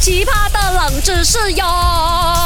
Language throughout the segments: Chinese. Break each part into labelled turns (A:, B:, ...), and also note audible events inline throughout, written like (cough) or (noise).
A: 奇葩的冷知识哟！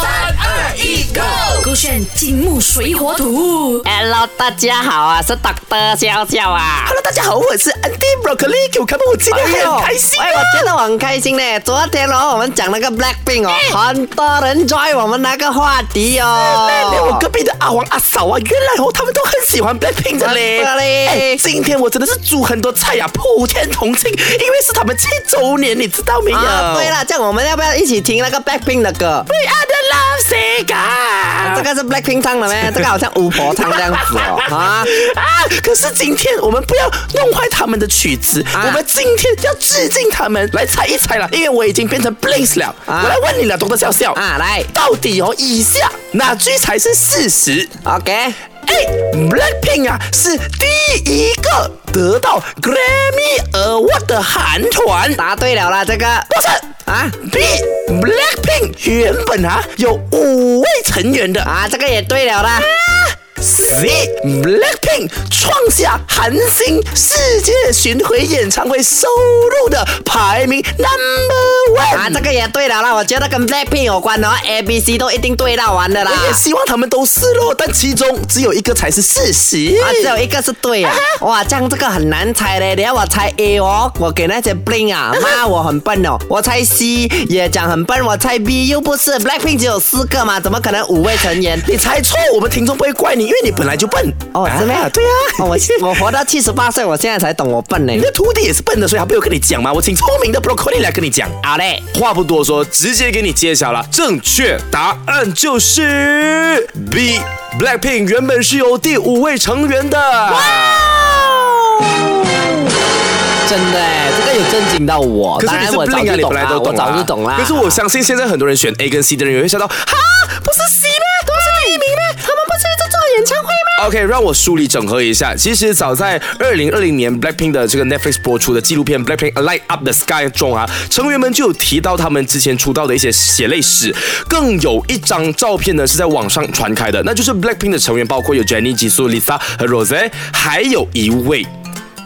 A: 三
B: 二一，Go！
A: 勾选金木水火土。
C: Hello，大家好啊，是 Doctor 笑笑啊。
B: Hello，大家好，我是 Andy Broccoli，给我看到我今天很开心啊！
C: 哎，我觉得我很开心呢。昨天哦，我们讲那个 Blackpink 哦，
B: 哎
C: 很多人 join 我们那个话题哦。
B: 连哎我隔壁的阿黄阿嫂啊，原来哦，他们都很喜欢 Blackpink 的嘞。
C: 真的嘞
B: 哎今天我真的是煮很多菜呀、普天同庆，因为是他们七周年，你知道没有？
C: 啊，对了，这样我们要不要一起听那个 Blackpink 的歌？
B: ，We are the love singer。
C: 啊这个是 Blackpink 唱
B: (laughs)
C: 的咩？这个好像巫婆唱这样子哦。啊，
B: 啊！可是今天我们不要弄坏他们的曲子，
C: 啊
B: 我们今天要致敬他们，来猜一猜了，因为我已经变成 Blinks 了。
C: 啊
B: 我来问你了，懂得笑笑
C: 啊来
B: 到底哦，以下哪句才是事实？
C: ，OK。
B: A Blackpink 啊是第一个得到 Grammy Award 的韩团，
C: 答对了啦，这个
B: 不是
C: 啊
B: B Blackpink 原本啊有五位成员的
C: 啊，这个也对了啦。
B: C Blackpink 创下韩星世界巡回演唱会收入的排名 Number
C: 啊，这
B: One。
C: 个也对了啦，我觉得跟 Blackpink 有关的话，A、B、C 哦都一定对到完的啦。
B: 我也希望他们都是咯，但其中只有一个才是事实。
C: 啊，只有一个是对
D: (laughs)
C: 啊！哇，这样这个很难猜嘞。等下我猜 A 哦，我给那些 bling
D: (laughs)
C: 啊，骂我很笨哦。我猜 C 也讲很笨，我猜 B 又不是 Blackpink 只有四个嘛，怎么可能五位成
D: (laughs)
C: 员？
B: 你猜错，我们听众不会怪你，因为你本来就笨。
C: 哦，真的、
B: 啊对啊，
C: (laughs) 哦我我活到七十八岁，我现在才懂我笨
B: (laughs)
C: 呢
D: (laughs)
B: 你。的徒弟也是笨的，所以他没有跟你讲嘛。我请聪明的 broccoli 来跟你讲。
C: 好嘞，
D: 话不多说，直接给你揭晓了。正确答案就是 B。Blackpink 原本是由第五位成员的。哦
C: 真的哎，这个有震惊到我。
D: 可是
C: 当
D: 你
C: 然
D: 是
C: 我
D: b l
C: 早
D: i
C: 就
D: 你
C: 懂
D: 本来
C: 啦，
D: 都
C: 我
D: 懂啊啦
C: 早就懂啦。
D: 可是我相信现在很多人选 A 跟 C 的人也会想到，哈，不是 C 咩？都是第一名咩？他们不是一直做演唱会吗？OK，让我梳理整合一下。其实早在二零二零年 Blackpink 的这个 Netflix 播出的纪录片《Blackpink A Light Up the Sky》中啊，成员们就有提到他们之前出道的一些血泪史，更有一张照片呢是在网上传开的，那就是 Blackpink 的成员包括有 Jennie、Jisoo、Lisa 和 Rose，还有一位。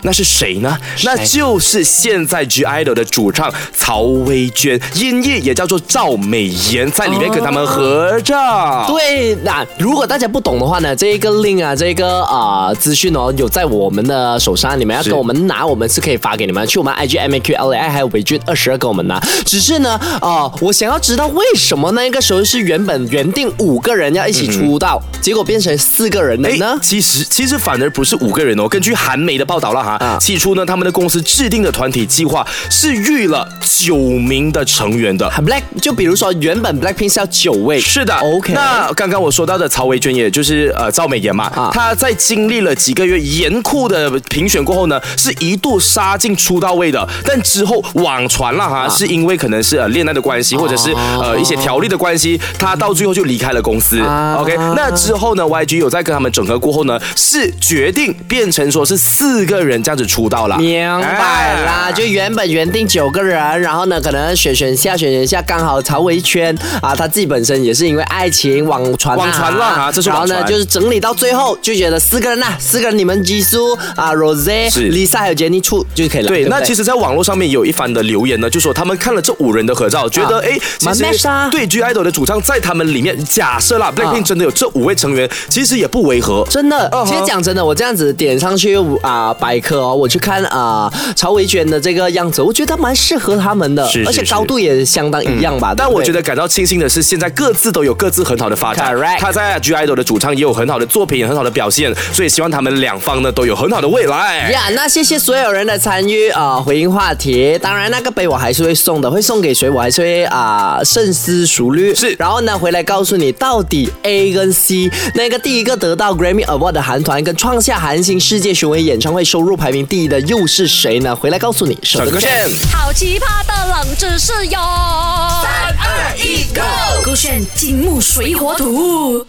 D: 那是谁呢？那就是现在 G IDOL 的主唱曹薇娟，音译也叫做赵美妍，在里面跟他们合照。
E: 对，那如果大家不懂的话呢，这一个 link 啊，这一个啊、呃资讯哦，有在我们的手上，你们要
D: 是
E: 跟我们拿，我们是可以发给你们，去我们 IG M A Q L A I 还有伟俊二十二跟我们拿。只是呢，呃，我想要知道为什么那个时候是原本原定五个人要一起出道，结果变成四个人了
D: 诶
E: 呢？
D: 哎其实其实反而不是五个人哦。根据韩媒的报道了哈，
E: 啊
D: 起初呢，他们的公司制定的团体计划是预了九名的成员的。
E: Black 就比如说原本 Blackpink 是要九位，
D: 是的
E: ，OK，
D: 那刚刚我说到的曹薇娟，也就是呃赵美妍嘛，
E: 啊
D: 她在经历了几个月严酷的评选过后呢，是一度杀进出道位的，但之后网传了哈，
E: 啊
D: 是因为可能是呃恋爱的关系，
E: 哦
D: 或者是呃一些条例的关系，她到最后就离开了公司。OK，那
E: 啊
D: 之后呢，YG 有在跟他们整合过后呢，是决定变成说是四个人这样子出道了。
E: 明白啦，
D: 哎
E: 就原本原定九个人，然后呢，可能选选下选选下，刚好曹维圈啊，他自己本身也是因为爱情网传啊
D: 网传乱啊这是
E: 然后
D: 网传
E: 呢，就是整理到最后就觉得四个人呐、啊四个人你们基苏啊、Rose、
D: 是
E: Lisa 还有 Jennie 出就可以了。
D: 对，
E: 不
D: 那其实，在网络上面有一番的留言呢，就说他们看了这五人的合照，觉得
E: 啊
D: 哎，诶其
E: 蛮
D: 实
E: match 的啊
D: 对 G IDOL 的主唱在他们里面，假设啦，BLACKPINK 真的有这五位成员，其实也不违和。
E: 真的
D: 嗯哼
E: 其实讲真的，我这样子点上去啊、百科哦，我去看啊、曹维娟的这个样子，我觉得蛮适合他们的，
D: 是是
E: 而且
D: 是
E: 高度也相当一样吧。
D: 但我觉
E: 得。
D: 得感到庆幸的是，现在各自都有各自很好的发展。
E: Correct
D: 他在 G IDOL 的主唱也有很好的作品，也很好的表现，所以希望他们两方呢都有很好的未来。
E: 呀那谢谢所有人的参与啊、呃回应话题。当然，那个杯我还是会送的，会送给谁，我还是会啊、深思熟虑。
D: 是
E: 然后呢，回来告诉你到底 A 跟 C 那个第一个得到 Grammy Award 的韩团跟创下韩星世界巡回演唱会收入排名第一的又是谁呢？回来告诉你。守
D: 小
E: 得
D: 哥
E: 住
D: 线。
A: 好奇葩的冷知识哟！三
B: 二一 go
A: 勾选金木水火土。